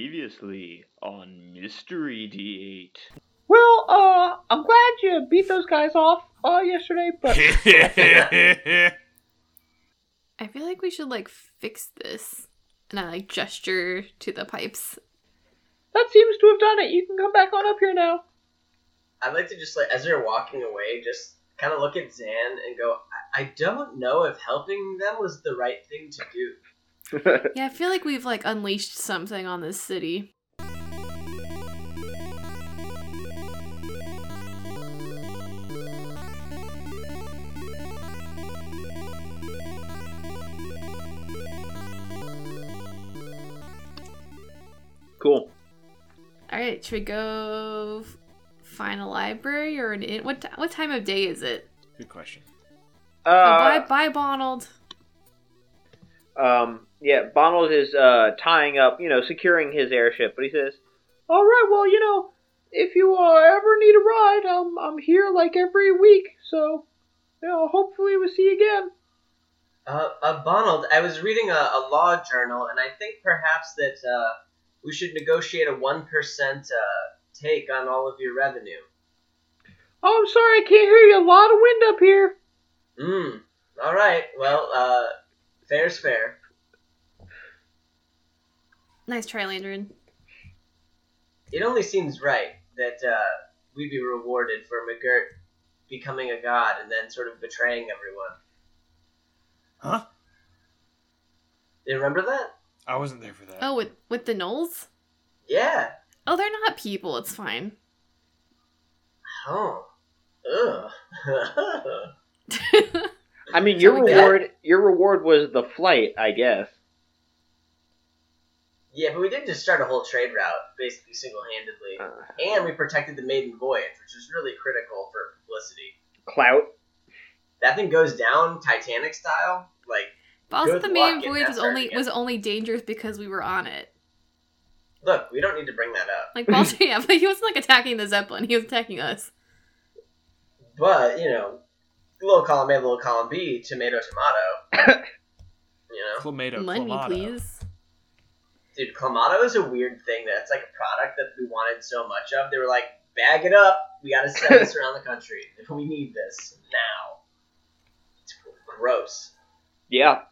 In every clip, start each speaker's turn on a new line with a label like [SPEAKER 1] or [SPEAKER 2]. [SPEAKER 1] Previously on Mystery D8.
[SPEAKER 2] Well, uh, I'm glad you beat those guys off uh, yesterday, but
[SPEAKER 3] I feel like we should like fix this. And I like gesture to the pipes.
[SPEAKER 2] that seems to have done it. You can come back on up here now.
[SPEAKER 4] I'd like to just like as they're walking away, just kind of look at Zan and go, I-, I don't know if helping them was the right thing to do.
[SPEAKER 3] Yeah, I feel like we've like unleashed something on this city.
[SPEAKER 1] Cool.
[SPEAKER 3] All right, should we go f- find a library or an inn? What ti- what time of day is it?
[SPEAKER 5] Good question.
[SPEAKER 3] oh,
[SPEAKER 2] Uh,
[SPEAKER 3] bye, bye, Bonald.
[SPEAKER 2] um, yeah, Bonald is uh, tying up, you know, securing his airship, but he says, "All right, well, you know, if you uh, ever need a ride, um, I'm here like every week, so you know, hopefully we'll see you again."
[SPEAKER 4] Uh, uh Bonald, I was reading a, a law journal, and I think perhaps that uh, we should negotiate a one percent uh, take on all of your revenue.
[SPEAKER 2] Oh, I'm sorry, I can't hear you. A lot of wind up here.
[SPEAKER 4] Mm. All right. Well, uh, fair's fair.
[SPEAKER 3] Nice try, Landrin.
[SPEAKER 4] It only seems right that uh, we'd be rewarded for McGirt becoming a god and then sort of betraying everyone.
[SPEAKER 5] Huh?
[SPEAKER 4] You remember that?
[SPEAKER 5] I wasn't there for that.
[SPEAKER 3] Oh, with with the gnolls?
[SPEAKER 4] Yeah.
[SPEAKER 3] Oh, they're not people. It's fine.
[SPEAKER 4] Oh. Ugh.
[SPEAKER 2] I mean,
[SPEAKER 3] So
[SPEAKER 2] your
[SPEAKER 3] we got-
[SPEAKER 2] reward, your reward was the flight, I guess.
[SPEAKER 4] yeah, but we did just start a whole trade route, basically single-handedly,
[SPEAKER 2] Uh.
[SPEAKER 4] and we protected the maiden voyage, which is really critical for publicity.
[SPEAKER 2] Clout.
[SPEAKER 4] That thing goes down Titanic style, like
[SPEAKER 3] But also,
[SPEAKER 4] Good
[SPEAKER 3] the
[SPEAKER 4] luck
[SPEAKER 3] main
[SPEAKER 4] in
[SPEAKER 3] void
[SPEAKER 4] that
[SPEAKER 3] was only
[SPEAKER 4] area.
[SPEAKER 3] was only dangerous because we were on it.
[SPEAKER 4] Look, we don't need to bring that up.
[SPEAKER 3] Like Baldur, yeah, but he wasn't like attacking the zeppelin. He was attacking us.
[SPEAKER 4] But, you know, little column A, little column B, tomato, tomato. you know?
[SPEAKER 5] Clamato.
[SPEAKER 3] Lend me,
[SPEAKER 5] clamato.
[SPEAKER 3] please.
[SPEAKER 4] Dude, clamato is a weird thing that's like a product that we wanted so much of. They were like, bag it up. We got to sell this around the country. We need this now. It's gross.
[SPEAKER 2] Yeah.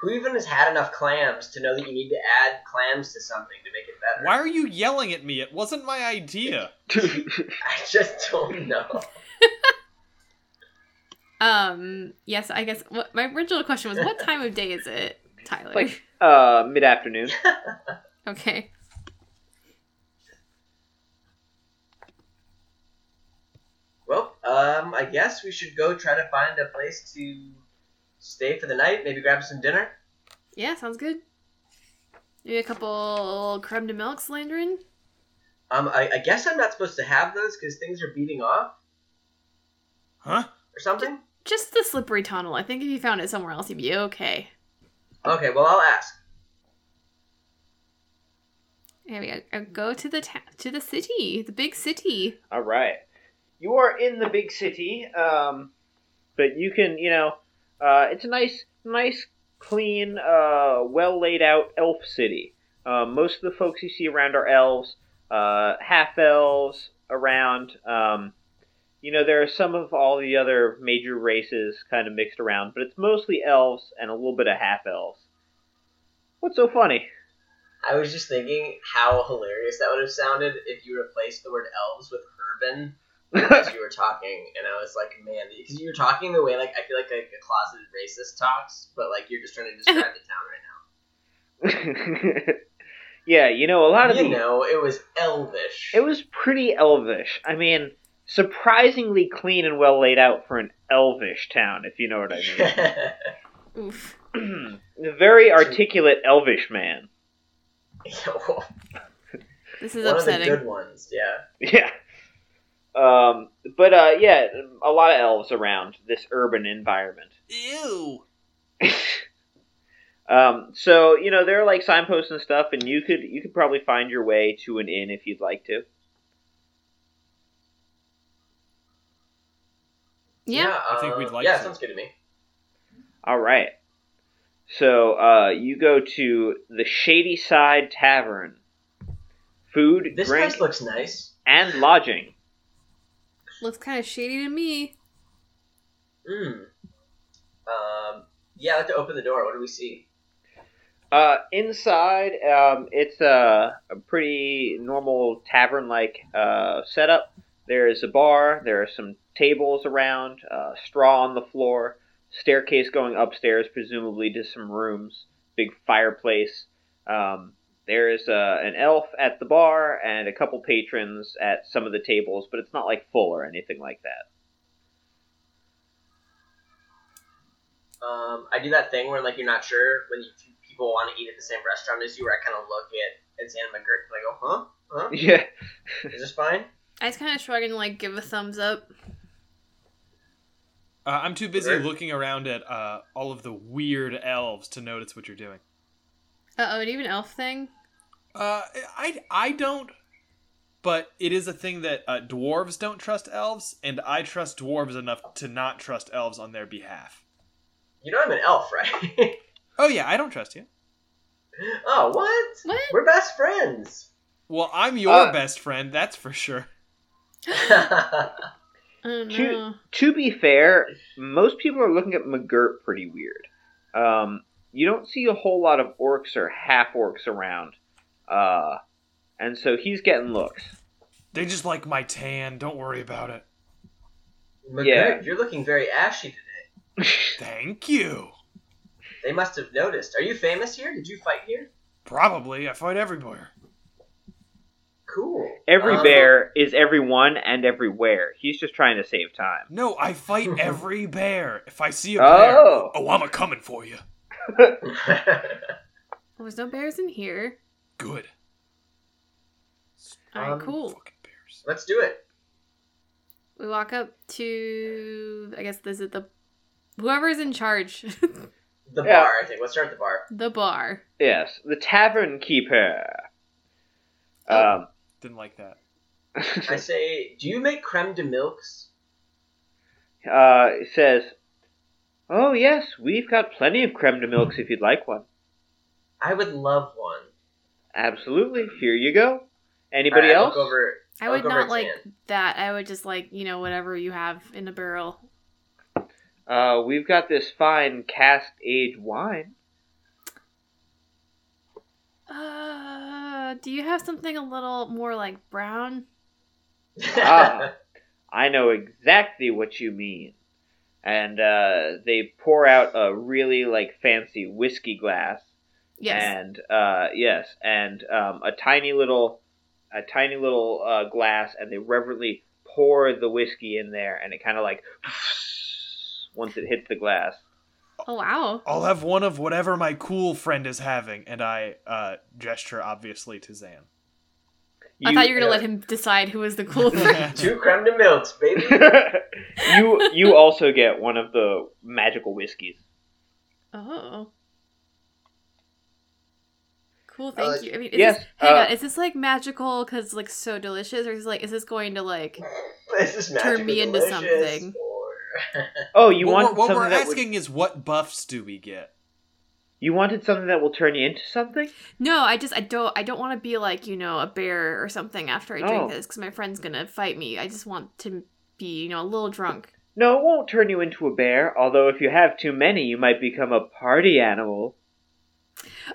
[SPEAKER 4] Who even has had enough clams to know that you need to add clams to something to make it better?
[SPEAKER 5] Why are you yelling at me? It wasn't my idea.
[SPEAKER 4] I just don't know.
[SPEAKER 3] Um. Yes, I guess what, my original question was, what time of day is it, Tyler?
[SPEAKER 2] Like- uh, mid afternoon.
[SPEAKER 3] okay.
[SPEAKER 4] Well, um, I guess we should go try to find a place to stay for the night. Maybe grab some dinner.
[SPEAKER 3] Yeah, sounds good. Maybe a couple creme de milks, Landrin.
[SPEAKER 4] Um, I, I guess I'm not supposed to have those because things are beating off
[SPEAKER 5] Huh?
[SPEAKER 4] or something.
[SPEAKER 3] Just the slippery tunnel. I think if you found it somewhere else, you'd be okay.
[SPEAKER 4] Okay, well I'll ask.
[SPEAKER 3] There we go. Uh, Go to the ta- to the city, the big city.
[SPEAKER 2] All right. You are in the big city, um, but you can, you know, uh, it's a nice, nice, clean, uh, well laid out elf city. Uh, most of the folks you see around are elves, uh, half elves around. Um, you know, there are some of all the other major races kind of mixed around, but it's mostly elves and a little bit of half elves. What's so funny?
[SPEAKER 4] I was just thinking how hilarious that would have sounded if you replaced the word elves with urban as you were talking, and I was like, man, because you were talking the way like I feel like a, a closeted racist talks, but like you're just trying to describe the town right now.
[SPEAKER 2] yeah, you know, a lot of
[SPEAKER 4] you
[SPEAKER 2] the
[SPEAKER 4] know, it was elvish.
[SPEAKER 2] It was pretty elvish. I mean, surprisingly clean and well laid out for an elvish town, if you know what I
[SPEAKER 3] Oof.
[SPEAKER 2] mean. a very articulate elvish man.
[SPEAKER 3] This is
[SPEAKER 4] One
[SPEAKER 3] upsetting.
[SPEAKER 4] of the good ones, yeah.
[SPEAKER 2] Yeah. Um, but uh, yeah, a lot of elves around this urban environment.
[SPEAKER 5] Ew.
[SPEAKER 2] Um, so you know there are like signposts and stuff, and you could you could probably find your way to an inn if you'd like to.
[SPEAKER 3] yeah.
[SPEAKER 5] I think we'd
[SPEAKER 4] uh,
[SPEAKER 5] like
[SPEAKER 4] Yeah,
[SPEAKER 5] to.
[SPEAKER 4] Um, sounds good to me.
[SPEAKER 2] All right. So uh, you go to the Shady Side Tavern. Food,
[SPEAKER 4] This
[SPEAKER 2] drink,
[SPEAKER 4] place looks nice.
[SPEAKER 2] and lodging.
[SPEAKER 3] Looks kind of shady to me.
[SPEAKER 2] Hmm.
[SPEAKER 4] Mm. Um, yeah, I like to open the door. What do we see?
[SPEAKER 2] Uh, inside, um, it's a, a pretty normal tavern-like uh, setup. There is a bar. There are some tables around, uh, straw on the floor, staircase going upstairs, presumably to some rooms. Big fireplace. Um, there is uh, an elf at the bar and a couple patrons at some of the tables, but it's not like full or anything like that.
[SPEAKER 4] Um, I do that thing where like you're not sure when you, people want to eat at the same restaurant as you, where I kind of look at at Santa McGirt and I go, huh? Huh?
[SPEAKER 2] Yeah.
[SPEAKER 4] Is this fine?
[SPEAKER 3] I just kind of shrug and like give a thumbs up.
[SPEAKER 5] Uh, I'm too busy
[SPEAKER 4] Right.
[SPEAKER 5] looking around at uh, all of the weird elves to notice what you're doing.
[SPEAKER 3] Uh oh, an even elf thing.
[SPEAKER 5] Uh, I I don't, but it is a thing that uh, dwarves don't trust elves, and I trust dwarves enough to not trust elves on their behalf.
[SPEAKER 4] You know I'm an elf, right?
[SPEAKER 5] Oh yeah, I don't trust you.
[SPEAKER 4] oh, what?
[SPEAKER 3] What?
[SPEAKER 4] We're best friends.
[SPEAKER 5] Well, I'm your
[SPEAKER 2] Uh.
[SPEAKER 5] best friend, that's for sure.
[SPEAKER 3] Oh
[SPEAKER 2] Cute.
[SPEAKER 3] no.
[SPEAKER 2] to be fair, most people are looking at McGirt pretty weird. Um, you don't see a whole lot of orcs or half orcs around, uh, and so he's getting looks.
[SPEAKER 5] They just like my tan. Don't worry about it.
[SPEAKER 4] McGirt,
[SPEAKER 2] Yeah.
[SPEAKER 4] you're looking very ashy today.
[SPEAKER 5] Thank you.
[SPEAKER 4] They must have noticed. Are you famous here? Did you fight here?
[SPEAKER 5] Probably I fight everywhere.
[SPEAKER 4] Cool.
[SPEAKER 2] Every
[SPEAKER 4] Um,
[SPEAKER 2] bear is everyone and everywhere. He's just trying to save time.
[SPEAKER 5] No, I fight every bear. If I see a bear, oh,
[SPEAKER 2] Oh,
[SPEAKER 5] I'm a coming for you.
[SPEAKER 3] Well, there's no bears in here.
[SPEAKER 5] Good.
[SPEAKER 3] All right,
[SPEAKER 4] Um,
[SPEAKER 3] cool.
[SPEAKER 5] Fucking bears.
[SPEAKER 4] Let's do it.
[SPEAKER 3] We walk up to. I guess this is the whoever's in charge.
[SPEAKER 4] The
[SPEAKER 2] Yeah.
[SPEAKER 4] bar, I think. Let's start at the bar.
[SPEAKER 3] the bar.
[SPEAKER 2] yes, the tavern keeper. Um,
[SPEAKER 5] Didn't like that.
[SPEAKER 4] Oh. I say, do you make creme de milks?
[SPEAKER 2] uh, it says, "Oh yes, we've got plenty of creme de milks if you'd like one."
[SPEAKER 4] I would love one.
[SPEAKER 2] Absolutely. Here you go. Anybody
[SPEAKER 4] I- I
[SPEAKER 2] else?
[SPEAKER 4] Look over,
[SPEAKER 3] I
[SPEAKER 4] look
[SPEAKER 3] would
[SPEAKER 4] over
[SPEAKER 3] not
[SPEAKER 4] at
[SPEAKER 3] like
[SPEAKER 4] Zan.
[SPEAKER 3] that. I would just like you know whatever you have in a barrel.
[SPEAKER 2] Uh, we've got this fine cask aged wine.
[SPEAKER 3] Uh, do you have something a little more like brown?
[SPEAKER 2] Ah. I know exactly what you mean. And uh, they pour out a really like fancy whiskey glass.
[SPEAKER 3] Yes.
[SPEAKER 2] And uh, yes, and um, a tiny little, a tiny little uh, glass, and they reverently pour the whiskey in there, and it kind of like once it hits the glass.
[SPEAKER 3] Oh wow.
[SPEAKER 5] I'll have one of whatever my cool friend is having, and I uh, gesture obviously to Zan.
[SPEAKER 3] I thought you were gonna
[SPEAKER 2] uh,
[SPEAKER 3] let him decide who was the cool friend.
[SPEAKER 4] Two creme de milks, baby.
[SPEAKER 2] you you also get one of the magical whiskeys.
[SPEAKER 3] Oh. Cool,
[SPEAKER 4] I
[SPEAKER 3] thank
[SPEAKER 4] like-
[SPEAKER 3] you. I mean, is
[SPEAKER 2] Uh, Yes,
[SPEAKER 3] this, hang
[SPEAKER 2] uh,
[SPEAKER 3] on, is this like magical because like so delicious, or is like is this going to like?
[SPEAKER 4] this is magic.
[SPEAKER 3] Turn me into something.
[SPEAKER 4] Or...
[SPEAKER 2] Oh, you
[SPEAKER 5] what
[SPEAKER 2] want
[SPEAKER 5] we're, what
[SPEAKER 2] something
[SPEAKER 5] we're
[SPEAKER 2] that would-
[SPEAKER 5] asking is what buffs do we get?
[SPEAKER 2] You wanted something that will turn you into something?
[SPEAKER 3] No, I just I don't I don't want to be like you know a bear or something after I drink
[SPEAKER 2] Oh.
[SPEAKER 3] this because my friend's gonna fight me. I just want to be you know a little drunk.
[SPEAKER 2] No, it won't turn you into a bear, although if you have too many, you might become a party animal.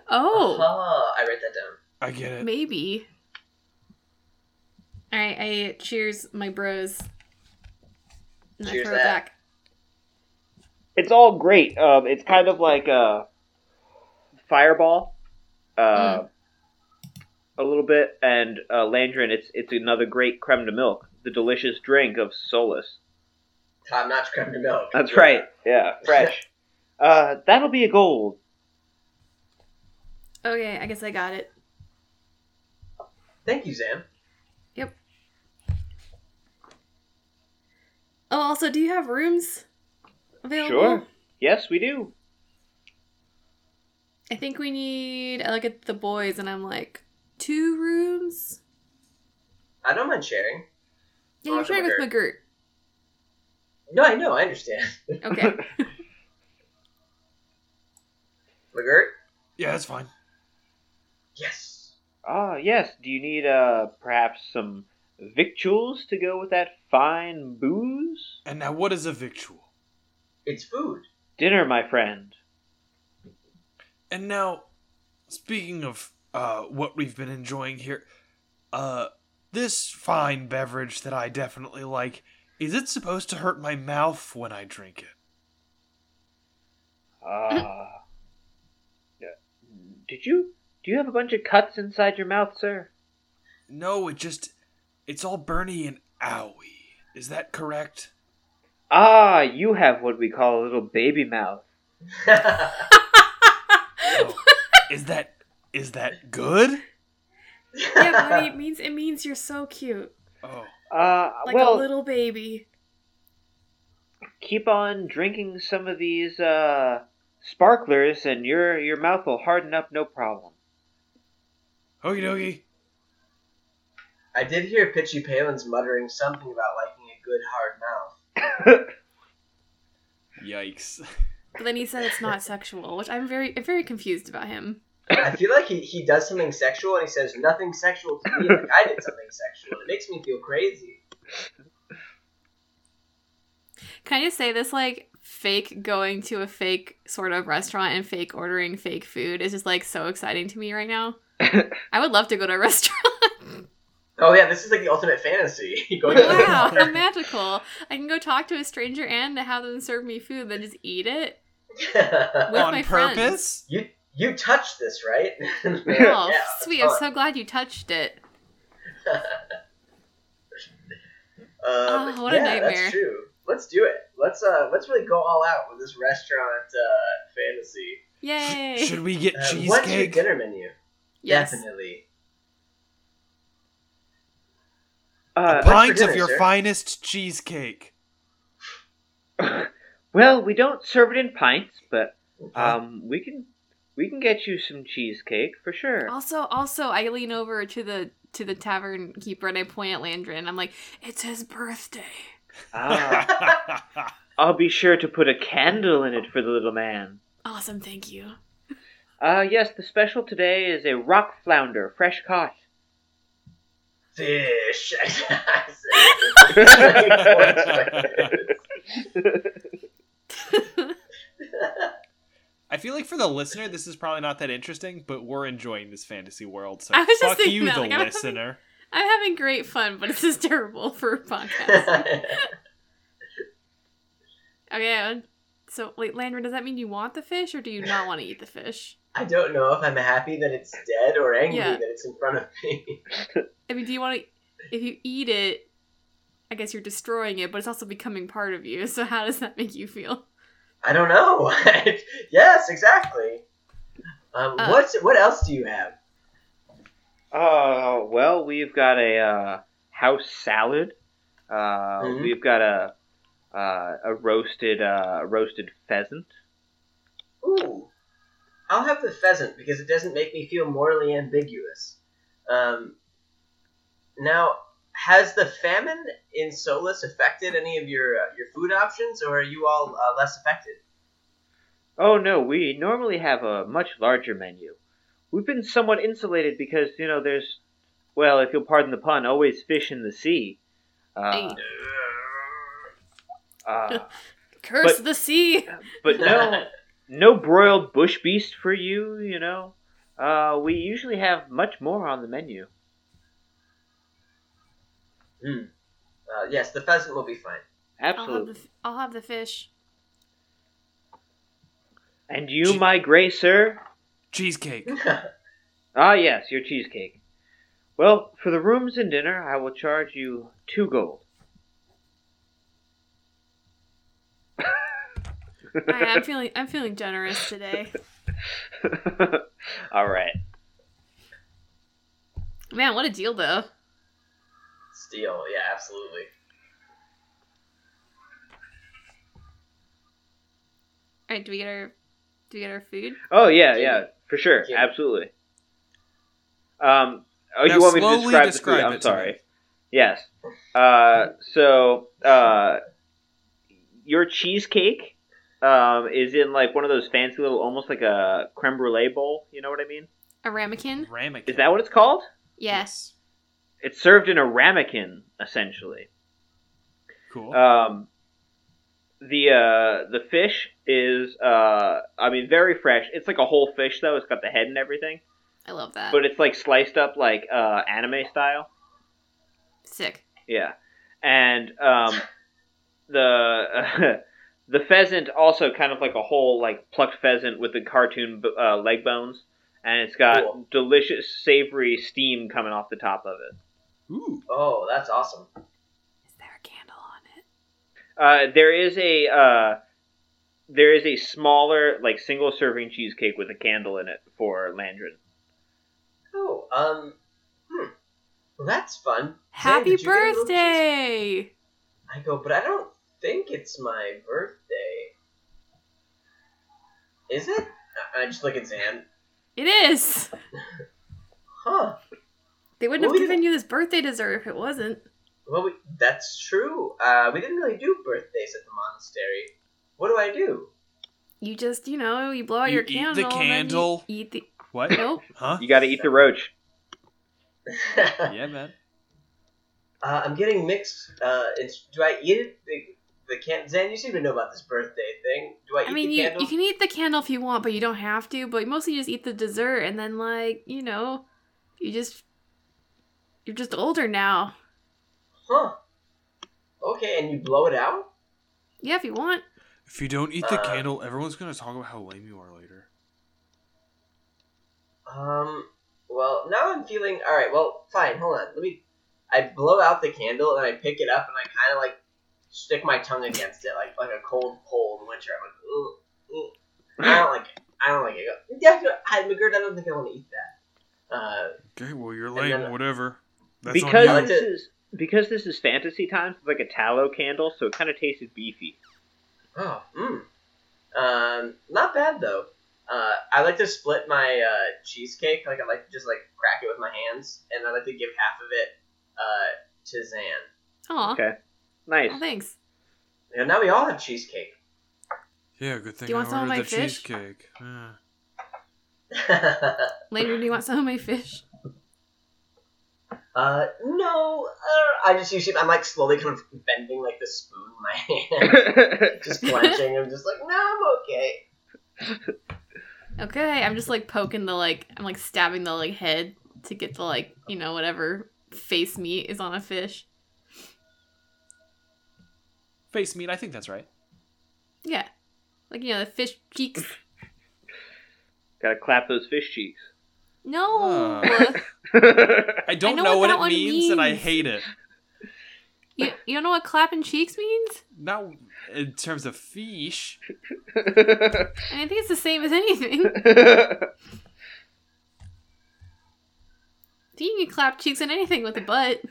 [SPEAKER 3] Oh,
[SPEAKER 4] Ah, I write that down.
[SPEAKER 5] I get it.
[SPEAKER 3] maybe. All right, I cheers my bros. And
[SPEAKER 4] Cheers
[SPEAKER 3] I throw it
[SPEAKER 4] that.
[SPEAKER 3] back.
[SPEAKER 2] It's all great. Um, it's kind of like a fireball, uh, a little bit, and uh, Landrin. It's it's another great creme de milk, the delicious drink of solace.
[SPEAKER 4] Top notch creme de milk.
[SPEAKER 2] That's
[SPEAKER 4] Yeah.
[SPEAKER 2] right. Yeah, fresh. uh, that'll be a gold.
[SPEAKER 3] Okay, I guess I got it.
[SPEAKER 4] Thank you, Zan.
[SPEAKER 3] Oh, also, do you have rooms available?
[SPEAKER 2] Sure. Yes, we do.
[SPEAKER 3] I think we need. I look at the boys and I'm like, two rooms?
[SPEAKER 4] I don't mind sharing.
[SPEAKER 3] Yeah, you're
[SPEAKER 4] Awesome,
[SPEAKER 3] sharing with McGirt.
[SPEAKER 4] No, I know. I understand.
[SPEAKER 3] Okay.
[SPEAKER 4] McGirt?
[SPEAKER 5] Yeah, that's fine.
[SPEAKER 4] Yes.
[SPEAKER 2] Ah, yes. Do you need uh perhaps some victuals to go with that fine booze?
[SPEAKER 5] And now, what is a victual?
[SPEAKER 4] It's food.
[SPEAKER 2] Dinner, my friend.
[SPEAKER 5] And now, speaking of uh, what we've been enjoying here, uh, this fine beverage that I definitely like, is it supposed to hurt my mouth when I drink it?
[SPEAKER 2] Ah. Yeah. Did you do you have a bunch of cuts inside your mouth, sir?
[SPEAKER 5] No, it just. It's all Bernie and Owie. Is that correct?
[SPEAKER 2] Ah, you have what we call a little baby mouth.
[SPEAKER 5] Oh, is that. Is that good?
[SPEAKER 3] Yeah, Bonnie, it means it means you're so cute,
[SPEAKER 5] Oh.
[SPEAKER 2] Uh,
[SPEAKER 3] like
[SPEAKER 2] well,
[SPEAKER 3] a little baby.
[SPEAKER 2] keep on drinking some of these uh, sparklers, and your your mouth will harden up, no problem.
[SPEAKER 5] Okie dokie.
[SPEAKER 4] I did hear Pitchy Palin's muttering something about liking a good hard mouth.
[SPEAKER 5] Yikes.
[SPEAKER 3] But then he said it's not sexual, which I'm very very confused about him.
[SPEAKER 4] I feel like he, he does something sexual and he says nothing sexual to me like I did something sexual. It makes me feel crazy.
[SPEAKER 3] Can I just say this like fake going to a fake sort of restaurant and fake ordering fake food is just like so exciting to me right now. I would love to go to a restaurant.
[SPEAKER 4] Oh yeah, this is like the ultimate fantasy. Going to the
[SPEAKER 3] wow, how
[SPEAKER 4] bar.
[SPEAKER 3] magical. I can go talk to a stranger and have them serve me food, then just eat it. With
[SPEAKER 5] On
[SPEAKER 3] my friends.
[SPEAKER 5] purpose?
[SPEAKER 4] you you touched this, right? Um,
[SPEAKER 3] Oh,
[SPEAKER 4] Yeah,
[SPEAKER 3] sweet.
[SPEAKER 4] fun.
[SPEAKER 3] I'm so glad you touched it.
[SPEAKER 4] Um,
[SPEAKER 3] Oh, what a
[SPEAKER 4] yeah,
[SPEAKER 3] nightmare.
[SPEAKER 4] That's true. Let's do it. Let's uh let's really go all out with this restaurant uh, fantasy.
[SPEAKER 3] Yay.
[SPEAKER 5] Should we get
[SPEAKER 4] Uh, what's your
[SPEAKER 5] cheesecake?
[SPEAKER 4] dinner menu?
[SPEAKER 3] yes.
[SPEAKER 4] Definitely.
[SPEAKER 2] Uh,
[SPEAKER 4] for
[SPEAKER 5] Pint of
[SPEAKER 4] dinner,
[SPEAKER 5] your
[SPEAKER 4] sir?
[SPEAKER 5] finest cheesecake.
[SPEAKER 2] well, we don't serve it in pints, but um, we can we can get you some cheesecake for sure.
[SPEAKER 3] Also, also, I lean over to the to the tavern keeper and I point at Landrin. I'm like, it's his birthday.
[SPEAKER 2] Ah, I'll be sure to put a candle in it for the little man.
[SPEAKER 3] Awesome, thank you.
[SPEAKER 2] Uh, yes, the special today is a rock flounder, fresh caught.
[SPEAKER 4] Fish. I said.
[SPEAKER 5] I feel like for the listener, this is probably not that interesting, but we're enjoying this fantasy world. So
[SPEAKER 3] I was just
[SPEAKER 5] fuck
[SPEAKER 3] thinking
[SPEAKER 5] you,
[SPEAKER 3] that,
[SPEAKER 5] the
[SPEAKER 3] like, I don't
[SPEAKER 5] listener.
[SPEAKER 3] I'm having great fun, but this is terrible for a podcast. okay, uh, so wait, Landrin, does that mean you want the fish or do you not want to eat the fish?
[SPEAKER 4] I don't know if I'm happy that it's dead or angry
[SPEAKER 3] Yeah.
[SPEAKER 4] that it's in front of me.
[SPEAKER 3] I mean, do you want to? If you eat it, I guess you're destroying it, but it's also becoming part of you. So how does that make you feel?
[SPEAKER 4] I don't know. yes, exactly. Um,
[SPEAKER 3] Uh,
[SPEAKER 4] what's what else do you have?
[SPEAKER 2] Oh, well, we've got a uh, house salad. Uh,
[SPEAKER 4] Mhm.
[SPEAKER 2] We've got a uh, a roasted uh, roasted pheasant.
[SPEAKER 4] Ooh, I'll have the pheasant because it doesn't make me feel morally ambiguous. Um, now, has the famine in Solus affected any of your uh, your food options, or are you all uh, less affected?
[SPEAKER 2] Oh no, we normally have a much larger menu. We've been somewhat insulated because you know there's, well, if you'll pardon the pun, always fish in the sea. Uh, uh,
[SPEAKER 3] Curse
[SPEAKER 2] But-
[SPEAKER 3] the sea.
[SPEAKER 2] but no, no broiled bush beast for you. You know, uh, we usually have much more on the menu.
[SPEAKER 4] Hmm. Uh, yes, the pheasant will be fine.
[SPEAKER 3] I'll have
[SPEAKER 2] Absolutely.
[SPEAKER 3] the f- I'll have the fish.
[SPEAKER 2] And you, my gray sir?
[SPEAKER 5] Cheesecake.
[SPEAKER 2] Ah, yes, your cheesecake. Well, for the rooms and dinner, I will charge you two gold.
[SPEAKER 3] All right, I'm feeling I'm feeling generous today.
[SPEAKER 2] All right.
[SPEAKER 3] Man, what a deal though.
[SPEAKER 4] Steel, yeah, absolutely.
[SPEAKER 3] All right, do we get our do we get our food?
[SPEAKER 2] Oh yeah, yeah, for sure,
[SPEAKER 4] Yeah.
[SPEAKER 2] absolutely. Um, oh,
[SPEAKER 5] Now
[SPEAKER 2] you want me to
[SPEAKER 5] slowly
[SPEAKER 2] describe,
[SPEAKER 5] describe
[SPEAKER 2] the food?
[SPEAKER 5] it
[SPEAKER 2] I'm
[SPEAKER 5] to me.
[SPEAKER 2] sorry. Yes. Uh, so uh, your cheesecake um, is in like one of those fancy little, almost like a creme brulee bowl. You know what I mean?
[SPEAKER 3] A ramekin?
[SPEAKER 5] Ramekin.
[SPEAKER 2] Is that what it's called?
[SPEAKER 3] Yes.
[SPEAKER 2] It's served in a ramekin, essentially.
[SPEAKER 5] Cool.
[SPEAKER 2] Um, the uh, the fish is, uh, I mean, very fresh. It's like a whole fish though. It's got the head and everything,
[SPEAKER 3] I love that.
[SPEAKER 2] but it's like sliced up like uh, anime style.
[SPEAKER 3] Sick.
[SPEAKER 2] Yeah, and um, the Uh, the pheasant also kind of like a whole like plucked pheasant with the cartoon b- uh, leg bones, and it's got
[SPEAKER 4] Cool.
[SPEAKER 2] delicious savory steam coming off the top of it.
[SPEAKER 5] Ooh.
[SPEAKER 4] Oh, that's awesome.
[SPEAKER 3] Is there a candle on it?
[SPEAKER 2] Uh, there is a uh, there is a smaller like single serving cheesecake with a candle in it for Landrin.
[SPEAKER 4] Oh, um, hmm. Well, that's fun. Sam,
[SPEAKER 3] Happy
[SPEAKER 4] did you get a little cheese-
[SPEAKER 3] birthday!
[SPEAKER 4] I go, but I don't think it's my birthday. Is it? I- I just look at Zan.
[SPEAKER 3] It is.
[SPEAKER 4] Huh.
[SPEAKER 3] They wouldn't
[SPEAKER 4] Well,
[SPEAKER 3] have
[SPEAKER 4] we
[SPEAKER 3] given you this birthday dessert if it wasn't.
[SPEAKER 4] Well, we, that's true. Uh, we didn't really do birthdays at the monastery. What do I do?
[SPEAKER 3] You just, you know, you blow out
[SPEAKER 5] You
[SPEAKER 3] your
[SPEAKER 5] eat
[SPEAKER 3] candle.
[SPEAKER 5] the
[SPEAKER 3] and then you
[SPEAKER 5] candle.
[SPEAKER 3] Eat the.
[SPEAKER 5] What?
[SPEAKER 3] Nope.
[SPEAKER 5] Huh?
[SPEAKER 2] You got to eat the roach.
[SPEAKER 5] Yeah, man.
[SPEAKER 4] Uh, I'm getting mixed. Uh, it's, do I eat it? The, the can- Zan, you seem to know about this birthday thing. Do I eat
[SPEAKER 3] I mean,
[SPEAKER 4] the
[SPEAKER 3] you,
[SPEAKER 4] candle?
[SPEAKER 3] you can eat the candle if you want, but you don't have to. But mostly you just eat the dessert, and then like you know, you just you're just older now.
[SPEAKER 4] Huh. Okay, and you blow it out?
[SPEAKER 3] Yeah, if you want.
[SPEAKER 5] If you don't eat the
[SPEAKER 4] Uh,
[SPEAKER 5] candle, everyone's gonna talk about how lame you are later.
[SPEAKER 4] Um, well, now I'm feeling. Alright, well, fine, hold on. Let me. I blow out the candle and I pick it up and I kind of like stick my tongue against it, like like a cold pole in winter. I'm like, ooh, ooh. I don't like it. I don't like it. Definitely, I, McGirt, I don't think I want to eat that. Uh,
[SPEAKER 5] Okay, well you're
[SPEAKER 4] then,
[SPEAKER 5] lame.
[SPEAKER 4] uh,
[SPEAKER 5] whatever. That's
[SPEAKER 2] because
[SPEAKER 5] on
[SPEAKER 4] like
[SPEAKER 5] you.
[SPEAKER 2] this is because this is fantasy times. It's like a tallow candle, so it kind of tasted beefy.
[SPEAKER 4] Oh, mm. Um, not bad though. Uh, I like to split my uh, cheesecake. Like I like to just like crack it with my hands, and I like to give half of it uh, to Zan.
[SPEAKER 3] Aw,
[SPEAKER 2] Okay. Nice.
[SPEAKER 3] well, thanks.
[SPEAKER 4] And now we all have cheesecake.
[SPEAKER 5] Yeah, good thing
[SPEAKER 3] you want
[SPEAKER 5] I
[SPEAKER 3] some of
[SPEAKER 5] ordered
[SPEAKER 3] my
[SPEAKER 5] the
[SPEAKER 3] fish?
[SPEAKER 5] cheesecake. Yeah.
[SPEAKER 3] Later, do you want some of my fish?
[SPEAKER 4] uh, no, uh, I just usually I'm like slowly kind of bending like the spoon in my hand, just clenching. I'm just like, no, I'm okay.
[SPEAKER 3] Okay, I'm just like poking the like I'm like stabbing the like head to get the like you know whatever face meat is on a fish.
[SPEAKER 5] Face meat, I think that's right.
[SPEAKER 3] Yeah, like you know the fish cheeks.
[SPEAKER 2] Gotta clap those fish cheeks.
[SPEAKER 3] No,
[SPEAKER 5] Ah. I don't
[SPEAKER 3] know
[SPEAKER 5] know, what,
[SPEAKER 3] what that
[SPEAKER 5] it
[SPEAKER 3] one
[SPEAKER 5] means, and I
[SPEAKER 3] means.
[SPEAKER 5] hate it.
[SPEAKER 3] you you don't know what clapping cheeks means?
[SPEAKER 5] Not in terms of fish.
[SPEAKER 3] I, mean, I think it's the same as anything. you can clap cheeks on anything with a butt.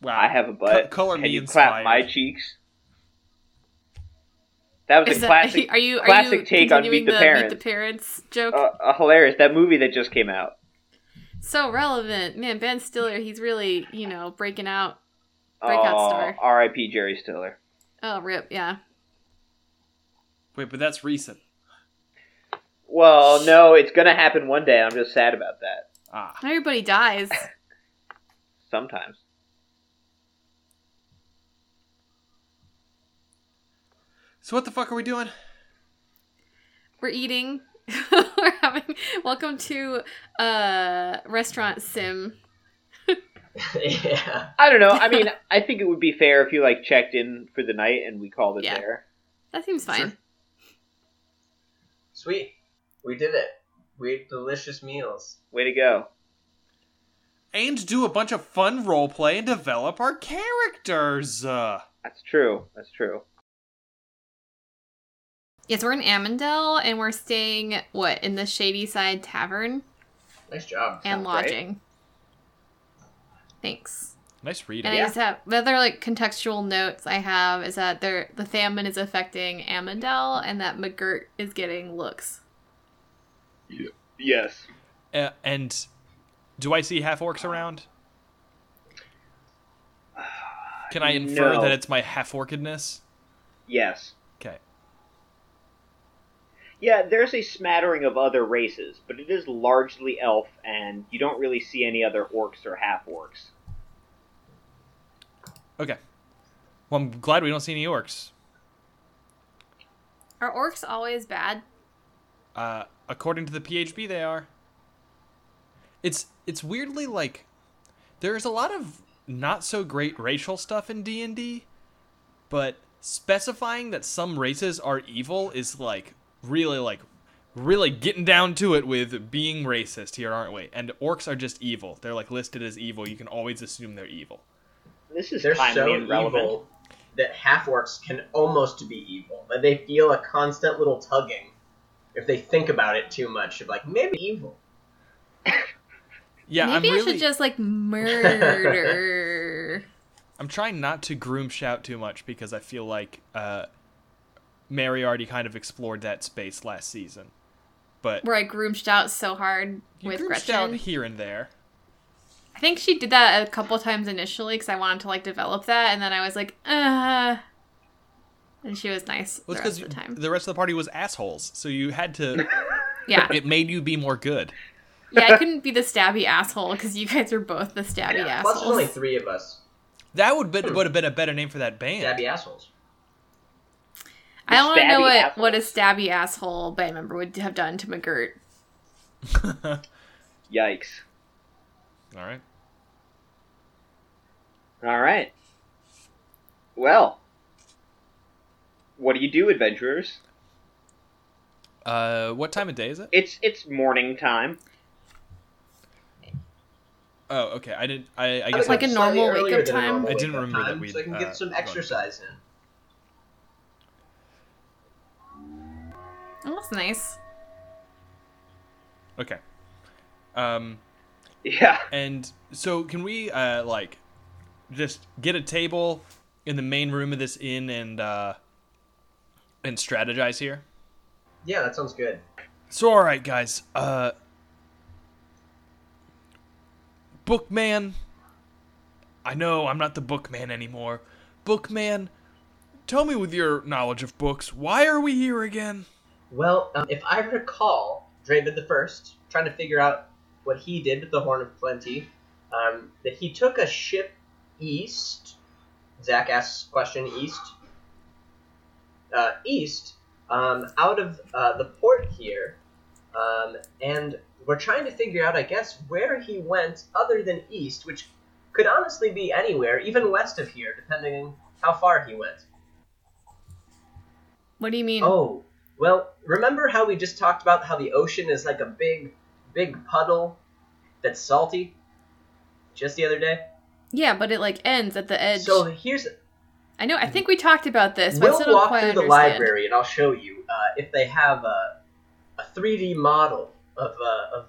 [SPEAKER 5] Wow.
[SPEAKER 2] I have a butt.
[SPEAKER 5] Co- color
[SPEAKER 2] Can
[SPEAKER 5] me
[SPEAKER 2] you clap
[SPEAKER 5] inspired.
[SPEAKER 2] my cheeks? That was a
[SPEAKER 3] Is that-
[SPEAKER 2] classic,
[SPEAKER 3] are you, are
[SPEAKER 2] classic
[SPEAKER 3] you
[SPEAKER 2] take on
[SPEAKER 3] continuing
[SPEAKER 2] Meet the Parents.
[SPEAKER 3] Meet the Parents joke?
[SPEAKER 2] uh, uh, hilarious. That movie that just came out.
[SPEAKER 3] so relevant. Man, Ben Stiller, he's really, you know, breaking out. Breakout
[SPEAKER 2] Aw,
[SPEAKER 3] star.
[SPEAKER 2] R.I.P. Jerry Stiller.
[SPEAKER 3] Oh, rip, yeah.
[SPEAKER 5] Wait, but that's recent.
[SPEAKER 2] Well, no, it's gonna happen one day. I'm just sad about that.
[SPEAKER 5] Ah.
[SPEAKER 3] Not everybody dies.
[SPEAKER 2] Sometimes.
[SPEAKER 5] So what the fuck are we doing?
[SPEAKER 3] We're eating. We're having. Welcome to uh restaurant sim.
[SPEAKER 4] yeah.
[SPEAKER 2] I don't know. I mean, I think it would be fair if you like checked in for the night and we called it
[SPEAKER 3] Yeah.
[SPEAKER 2] there.
[SPEAKER 3] That seems fine.
[SPEAKER 4] Sweet. We did it. We ate delicious meals.
[SPEAKER 2] Way to go.
[SPEAKER 5] And do a bunch of fun roleplay and develop our characters. Uh,
[SPEAKER 2] That's true. That's true.
[SPEAKER 3] Yes, we're in Amandel and we're staying what in the Shady Side Tavern
[SPEAKER 4] Nice job.
[SPEAKER 3] and
[SPEAKER 2] Sounds right.
[SPEAKER 3] lodging. Thanks.
[SPEAKER 5] nice reading.
[SPEAKER 3] And I just have the other like contextual notes I have is that there the famine is affecting Amandel and that McGirt is getting looks.
[SPEAKER 2] Yes.
[SPEAKER 5] Uh, and do I see half orcs around? Can I infer
[SPEAKER 2] No.
[SPEAKER 5] that it's my half orcidness?
[SPEAKER 2] Yes.
[SPEAKER 5] Okay.
[SPEAKER 2] Yeah, there's a smattering of other races, but it is largely elf, and you don't really see any other orcs or half orcs.
[SPEAKER 6] Okay. Well, I'm glad we don't see any orcs.
[SPEAKER 3] Are orcs always bad?
[SPEAKER 6] Uh, according to the PHB, they are. It's it's weirdly like there's a lot of not so great racial stuff in D and D, but specifying that some races are evil is like really like really getting down to it with being racist here, aren't we? And orcs are just evil. They're like listed as evil. You can always assume they're evil.
[SPEAKER 2] This is
[SPEAKER 4] They're
[SPEAKER 2] timely
[SPEAKER 4] so
[SPEAKER 2] and relevant.
[SPEAKER 4] evil that half orcs can almost be evil, but they feel a constant little tugging if they think about it too much of like maybe evil.
[SPEAKER 6] Yeah,
[SPEAKER 3] Maybe
[SPEAKER 6] I'm
[SPEAKER 3] I
[SPEAKER 6] really
[SPEAKER 3] should just like murder.
[SPEAKER 6] I'm trying not to groom shout too much because I feel like uh, Mary already kind of explored that space last season. But
[SPEAKER 3] Where I groomed out so hard
[SPEAKER 6] you
[SPEAKER 3] with
[SPEAKER 6] groomed
[SPEAKER 3] Gretchen.
[SPEAKER 6] shout here and there.
[SPEAKER 3] I think she did that a couple times initially because I wanted to like develop that, and then I was like, uh. And she was nice
[SPEAKER 6] Well,
[SPEAKER 3] the
[SPEAKER 6] it's
[SPEAKER 3] rest
[SPEAKER 6] because
[SPEAKER 3] of the time.
[SPEAKER 6] the rest of the party was assholes, so you had to.
[SPEAKER 3] Yeah,
[SPEAKER 6] it made you be more good.
[SPEAKER 3] yeah. I couldn't be the stabby asshole because you guys are both the stabby
[SPEAKER 4] Yeah, plus there's
[SPEAKER 3] assholes.
[SPEAKER 4] only three of us.
[SPEAKER 6] That would be, would have been a better name for that band.
[SPEAKER 4] Stabby assholes.
[SPEAKER 3] I don't want to know
[SPEAKER 2] Stabby
[SPEAKER 3] what
[SPEAKER 2] assholes.
[SPEAKER 3] what a stabby asshole band member would have done to McGirt.
[SPEAKER 2] Yikes.
[SPEAKER 6] All right.
[SPEAKER 2] All right. Well, what do you do, adventurers?
[SPEAKER 6] Uh, what time of day is it?
[SPEAKER 2] It's it's morning time.
[SPEAKER 6] Oh, okay. I didn't. I, I guess
[SPEAKER 3] like
[SPEAKER 6] I,
[SPEAKER 3] a
[SPEAKER 4] Slightly
[SPEAKER 3] normal
[SPEAKER 4] earlier
[SPEAKER 3] wake-up
[SPEAKER 4] than a
[SPEAKER 3] time?
[SPEAKER 4] normal
[SPEAKER 6] I didn't
[SPEAKER 4] wake-up
[SPEAKER 6] remember that
[SPEAKER 4] time,
[SPEAKER 6] we'd,
[SPEAKER 4] So I can
[SPEAKER 6] uh,
[SPEAKER 4] get some
[SPEAKER 6] gone.
[SPEAKER 4] exercise in.
[SPEAKER 3] Oh, that's nice.
[SPEAKER 6] okay. Um,
[SPEAKER 2] Yeah.
[SPEAKER 6] And so, can we uh, like just get a table in the main room of this inn and uh, and strategize here?
[SPEAKER 4] Yeah, that sounds good.
[SPEAKER 6] So, all right, guys. Uh, Bookman. I know I'm not the bookman anymore. Bookman, tell me with your knowledge of books, why are we here again?
[SPEAKER 4] Well, um, if I recall, Draven the First, trying to figure out what he did with the Horn of Plenty, um, that he took a ship east. Zach asks question east. Uh, east, um, out of uh, the port here, um, and we're trying to figure out, I guess, where he went other than east, which could honestly be anywhere, even west of here, depending on how far he went.
[SPEAKER 3] What do you mean?
[SPEAKER 4] Oh, well, remember how we just talked about how the ocean is like a big, big puddle that's salty? Just the other day?
[SPEAKER 3] Yeah, but it like ends at the edge.
[SPEAKER 4] So here's.
[SPEAKER 3] I know. I think we talked about this. But I
[SPEAKER 4] we'll
[SPEAKER 3] still don't
[SPEAKER 4] walk
[SPEAKER 3] quite
[SPEAKER 4] through the
[SPEAKER 3] understand.
[SPEAKER 4] library and I'll show you uh, if they have a, a 3D model of, uh, of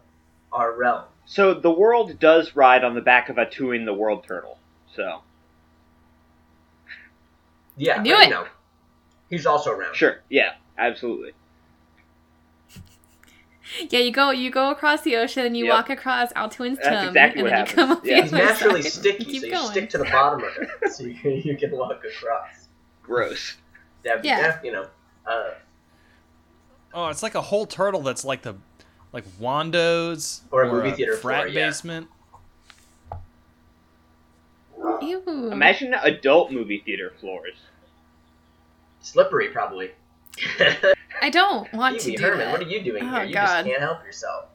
[SPEAKER 4] our realm.
[SPEAKER 2] So the world does ride on the back of a Tuin the world turtle. So
[SPEAKER 4] Yeah,
[SPEAKER 3] I knew
[SPEAKER 4] but, you
[SPEAKER 3] it.
[SPEAKER 4] know, he's also around.
[SPEAKER 2] sure, yeah, absolutely.
[SPEAKER 3] Yeah, you go you go across the ocean and you
[SPEAKER 2] Yep.
[SPEAKER 3] walk across Altoon's
[SPEAKER 2] That's
[SPEAKER 3] tomb
[SPEAKER 2] exactly
[SPEAKER 3] and
[SPEAKER 2] what
[SPEAKER 3] then you come
[SPEAKER 2] happens.
[SPEAKER 3] up
[SPEAKER 2] Yeah.
[SPEAKER 3] the
[SPEAKER 4] He's
[SPEAKER 3] other
[SPEAKER 4] naturally
[SPEAKER 3] side.
[SPEAKER 4] sticky,
[SPEAKER 3] Keep
[SPEAKER 4] so you
[SPEAKER 3] going.
[SPEAKER 4] stick to the bottom of it so you, you can walk across.
[SPEAKER 2] Gross.
[SPEAKER 4] That,
[SPEAKER 3] Yeah.
[SPEAKER 4] that, you know, uh,
[SPEAKER 6] Oh, it's like a whole turtle that's like the like Wando's
[SPEAKER 4] Or a movie theater
[SPEAKER 6] frat
[SPEAKER 4] floor, yeah.
[SPEAKER 6] basement.
[SPEAKER 3] Ew.
[SPEAKER 2] Imagine adult movie theater floors.
[SPEAKER 4] slippery probably.
[SPEAKER 3] I don't want to
[SPEAKER 4] Evie
[SPEAKER 3] do
[SPEAKER 4] Herman,
[SPEAKER 3] that.
[SPEAKER 4] what are you doing
[SPEAKER 3] Oh,
[SPEAKER 4] here? You
[SPEAKER 3] God.
[SPEAKER 4] just can't help yourself.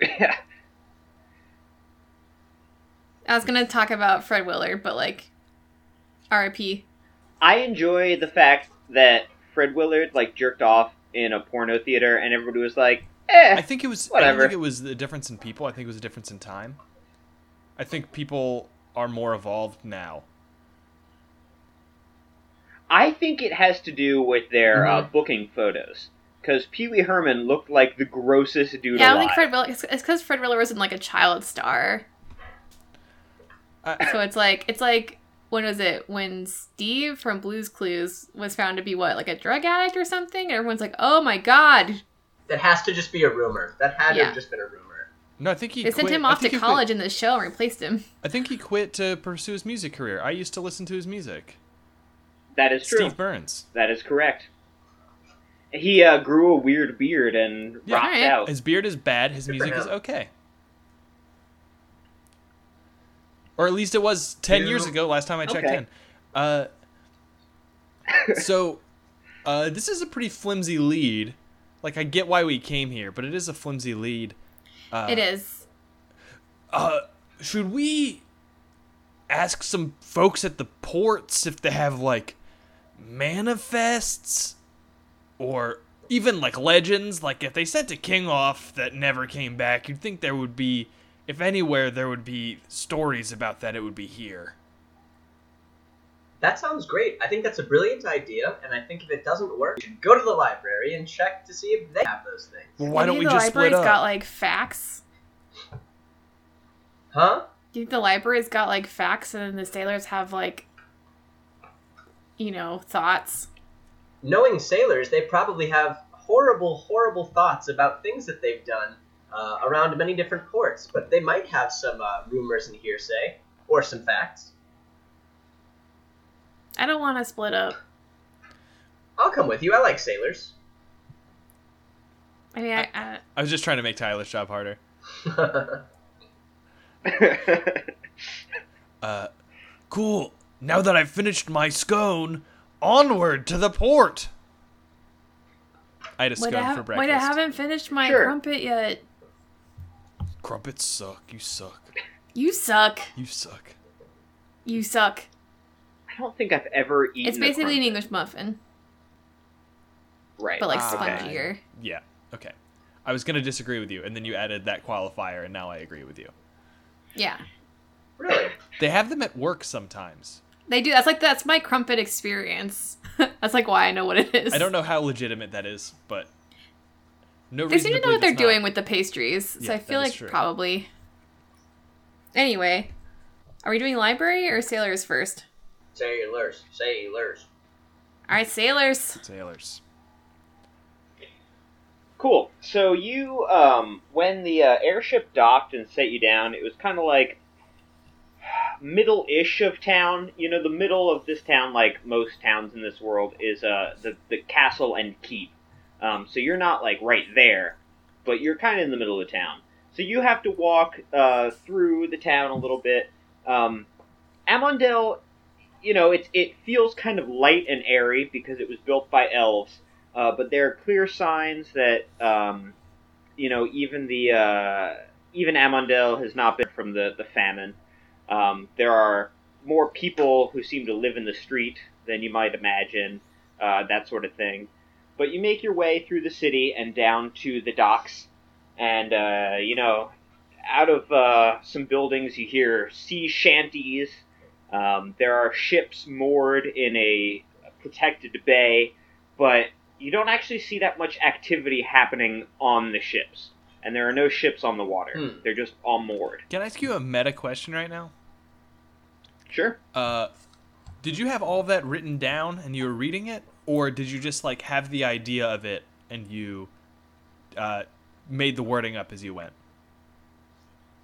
[SPEAKER 2] Yeah.
[SPEAKER 3] I was gonna talk about Fred Willard, but like R.I.P.
[SPEAKER 2] I enjoy the fact that Fred Willard like jerked off in a porno theater, and everybody was like, "Eh."
[SPEAKER 6] I think it was. I
[SPEAKER 2] Whatever.
[SPEAKER 6] don't think it was the difference in people. I think it was a difference in time. I think people are more evolved now.
[SPEAKER 2] I think it has to do with their uh,
[SPEAKER 6] Mm-hmm.
[SPEAKER 2] booking photos. Because Pee Wee Herman looked like the grossest dude alive.
[SPEAKER 3] Yeah, I don't think Fred Willard. It's because Fred Willard wasn't like a child star,
[SPEAKER 6] I,
[SPEAKER 3] so it's like it's like when was it when Steve from Blue's Clues was found to be what like a drug addict or something? And everyone's like, oh my god,
[SPEAKER 4] That has to just be a rumor. That had to
[SPEAKER 3] Yeah.
[SPEAKER 4] have just been a rumor.
[SPEAKER 6] no, I think he.
[SPEAKER 3] they sent
[SPEAKER 6] quit-
[SPEAKER 3] him
[SPEAKER 6] I
[SPEAKER 3] off to
[SPEAKER 6] think he quit-
[SPEAKER 3] college in the show and replaced him.
[SPEAKER 6] I think he quit to pursue his music career. I used to listen to his music.
[SPEAKER 2] That is true.
[SPEAKER 6] Steve Burns.
[SPEAKER 2] That is correct. He uh, grew a weird beard and
[SPEAKER 6] Yeah,
[SPEAKER 2] rocked
[SPEAKER 3] alright.
[SPEAKER 2] out.
[SPEAKER 6] His beard is bad. His
[SPEAKER 4] Good for
[SPEAKER 6] music is
[SPEAKER 4] him.
[SPEAKER 6] okay. Or at least it was ten years
[SPEAKER 4] You-
[SPEAKER 6] ago. Last time I checked
[SPEAKER 2] Okay.
[SPEAKER 6] in. Uh, so, uh, this is a pretty flimsy lead. Like I get why we came here, but it is a flimsy lead. Uh,
[SPEAKER 3] it is.
[SPEAKER 6] Uh, should we ask some folks at the ports if they have like manifests or even like legends? Like if they sent a king off that never came back, you'd think there would be, if anywhere, there would be stories about that. It would be here.
[SPEAKER 4] That sounds great. I think that's a brilliant idea, and I think if it doesn't work, you should go to the library and check to see if they have those things.
[SPEAKER 6] Well, why don't
[SPEAKER 3] Maybe
[SPEAKER 6] we
[SPEAKER 3] the
[SPEAKER 6] just split
[SPEAKER 3] library's
[SPEAKER 6] up?
[SPEAKER 3] got like facts?
[SPEAKER 4] Huh?
[SPEAKER 3] Do you think the library's got like facts, and then the sailors have like, you know, thoughts?
[SPEAKER 4] Knowing sailors, they probably have horrible, horrible thoughts about things that they've done uh, around many different ports, but they might have some uh, rumors and hearsay or some facts.
[SPEAKER 3] I don't want to split up.
[SPEAKER 4] I'll come with you. I like sailors.
[SPEAKER 3] I mean, I, I,
[SPEAKER 6] I was just trying to make Tyler's job harder. Uh, cool. Now that I've finished my scone, onward to the port. I had a
[SPEAKER 3] wait,
[SPEAKER 6] scone
[SPEAKER 3] I,
[SPEAKER 6] for
[SPEAKER 3] have, wait,
[SPEAKER 6] breakfast.
[SPEAKER 3] I haven't finished my
[SPEAKER 2] Sure.
[SPEAKER 3] crumpet yet.
[SPEAKER 6] Crumpets suck. You suck.
[SPEAKER 3] You suck.
[SPEAKER 6] You suck.
[SPEAKER 3] You suck.
[SPEAKER 2] I don't think I've ever eaten.
[SPEAKER 3] It's
[SPEAKER 2] a
[SPEAKER 3] basically an
[SPEAKER 2] crumpet.
[SPEAKER 3] English muffin,
[SPEAKER 2] right?
[SPEAKER 3] but like
[SPEAKER 6] Ah, okay.
[SPEAKER 3] spongier.
[SPEAKER 6] Yeah. Okay. I was gonna disagree with you, and then you added that qualifier, and now I agree with you.
[SPEAKER 3] Yeah,
[SPEAKER 4] really?
[SPEAKER 6] They have them at work sometimes.
[SPEAKER 3] they do. That's like that's my crumpet experience. that's like why I know what it is.
[SPEAKER 6] I don't know how legitimate that is, but no
[SPEAKER 3] They
[SPEAKER 6] reason
[SPEAKER 3] seem to
[SPEAKER 6] to
[SPEAKER 3] know what they're
[SPEAKER 6] believe it's
[SPEAKER 3] doing
[SPEAKER 6] not.
[SPEAKER 3] with the pastries,
[SPEAKER 6] Yeah,
[SPEAKER 3] so I
[SPEAKER 6] that
[SPEAKER 3] feel
[SPEAKER 6] is
[SPEAKER 3] like
[SPEAKER 6] true.
[SPEAKER 3] probably. Anyway, are we doing library or sailors first?
[SPEAKER 4] Sailors. Sailors.
[SPEAKER 3] All right, sailors.
[SPEAKER 6] sailors.
[SPEAKER 2] Cool. So you, um, when the uh, airship docked and set you down, it was kind of like middle-ish of town. You know, the middle of this town, like most towns in this world, is uh, the the castle and keep. Um, so you're not like right there, but you're kind of in the middle of town. So you have to walk uh, through the town a little bit. Um, Amundel, you know, it it feels kind of light and airy because it was built by elves. Uh, but there are clear signs that um, you know even the uh, even Amundel has not been from the the famine. Um, there are more people who seem to live in the street than you might imagine, uh, that sort of thing. But you make your way through the city and down to the docks, and uh, you know, out of uh, some buildings you hear sea shanties. Um, there are ships moored in a protected bay, but you don't actually see that much activity happening on the ships. And there are no ships on the water.
[SPEAKER 4] Hmm.
[SPEAKER 2] They're just all moored.
[SPEAKER 6] Can I ask you a meta question right now?
[SPEAKER 2] Sure.
[SPEAKER 6] Uh, did you have all that written down and you were reading it, or did you just like have the idea of it and you uh, made the wording up as you went?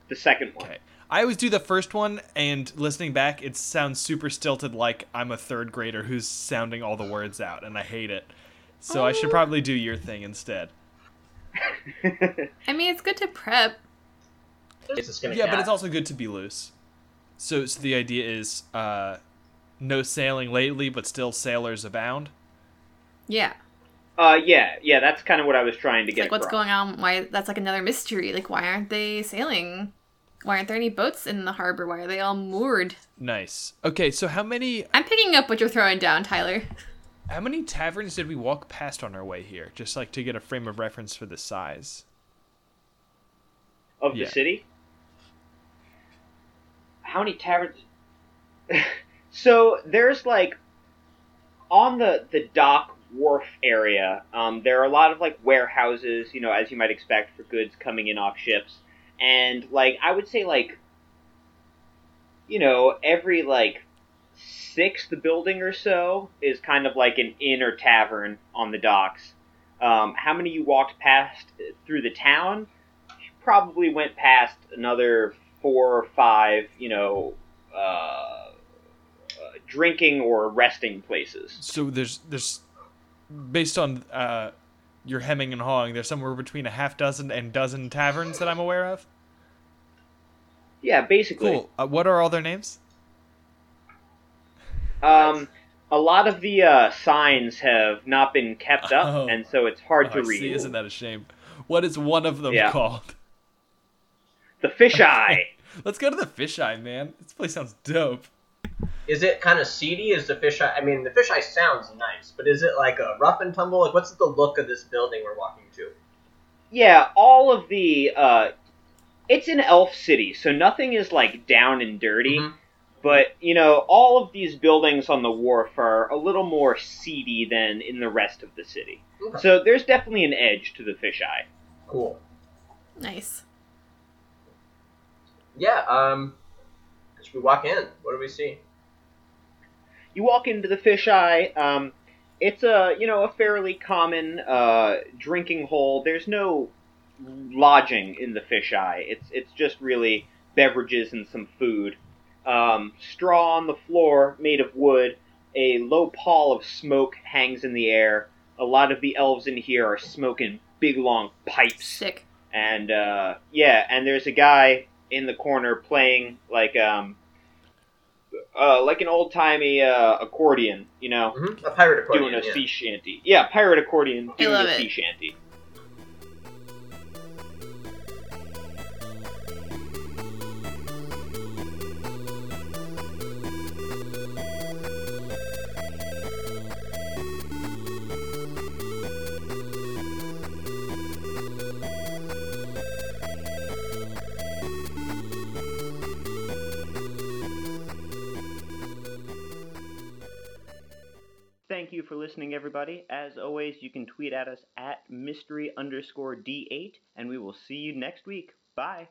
[SPEAKER 2] The second one.
[SPEAKER 6] Okay. I always do the first one, and listening back, it sounds super stilted, like I'm a third grader who's sounding all the words out, and I hate it. So I should
[SPEAKER 3] Oh.
[SPEAKER 6] probably do your thing instead.
[SPEAKER 3] I mean, it's good to prep.
[SPEAKER 4] It's just gonna
[SPEAKER 6] Yeah, but
[SPEAKER 4] count.
[SPEAKER 6] it's also good to be loose. So, so the idea is uh, no sailing lately, but still sailors abound.
[SPEAKER 3] Yeah,
[SPEAKER 2] Uh, yeah, yeah, that's kind of what I was trying to
[SPEAKER 3] It's
[SPEAKER 2] get
[SPEAKER 3] like what's
[SPEAKER 2] across.
[SPEAKER 3] going on? Why that's like another mystery. Like why aren't they sailing? Why aren't there any boats in the harbor? Why are they all moored?
[SPEAKER 6] Nice. Okay, so how many
[SPEAKER 3] I'm picking up what you're throwing down, Tyler.
[SPEAKER 6] How many taverns did we walk past on our way here? Just like to get a frame of reference for the size.
[SPEAKER 2] Of the
[SPEAKER 6] Yeah.
[SPEAKER 2] city? How many taverns? so there's like on the the dock wharf area. Um, there are a lot of like warehouses, you know, as you might expect for goods coming in off ships, and like I would say like you know every like sixth building or so is kind of like an inn or tavern on the docks. Um, how many you walked past through the town? probably went past another four or five, you know, uh, uh, drinking or resting places.
[SPEAKER 6] So there's there's based on uh, your hemming and hawing, there's somewhere between a half dozen and dozen taverns that I'm aware of.
[SPEAKER 2] Yeah, basically.
[SPEAKER 6] Cool. Uh, what are all their names?
[SPEAKER 2] Um, a lot of the uh, signs have not been kept up,
[SPEAKER 6] Oh.
[SPEAKER 2] and so it's hard
[SPEAKER 6] Oh,
[SPEAKER 2] to
[SPEAKER 6] I
[SPEAKER 2] read.
[SPEAKER 6] see. Isn't that a shame? What is one of them
[SPEAKER 2] Yeah.
[SPEAKER 6] called?
[SPEAKER 2] The fisheye.
[SPEAKER 6] Let's go to the fisheye, man. This place sounds dope.
[SPEAKER 4] Is it kind of seedy? Is the fisheye? I mean, the fisheye sounds nice, but is it like a rough and tumble? Like, what's the look of this building we're walking to?
[SPEAKER 2] yeah, all of the. Uh, it's an elf city, so nothing is like down and dirty.
[SPEAKER 4] Mhm.
[SPEAKER 2] But you know, all of these buildings on the wharf are a little more seedy than in the rest of the city.
[SPEAKER 4] Okay.
[SPEAKER 2] So there's definitely an edge to the fisheye.
[SPEAKER 4] Cool.
[SPEAKER 3] Nice.
[SPEAKER 4] Yeah. Um, should we walk in? What do we see?
[SPEAKER 2] you walk into the fisheye. Um, it's a you know a fairly common uh, drinking hole. There's no lodging in the fisheye. It's it's just really beverages and some food. Um, straw on the floor made of wood. A low pall of smoke hangs in the air. A lot of the elves in here are smoking big long pipes
[SPEAKER 3] Sick.
[SPEAKER 2] and uh, yeah, and there's a guy in the corner playing like um, uh, like an old timey uh, accordion, you know,
[SPEAKER 4] hmm A pirate accordion.
[SPEAKER 2] doing a
[SPEAKER 4] yeah.
[SPEAKER 2] sea shanty. Yeah, pirate accordion doing
[SPEAKER 3] love
[SPEAKER 2] a
[SPEAKER 3] it.
[SPEAKER 2] sea shanty. Thank you for listening, everybody. As always, you can tweet at us at mystery underscore d8, and we will see you next week. Bye.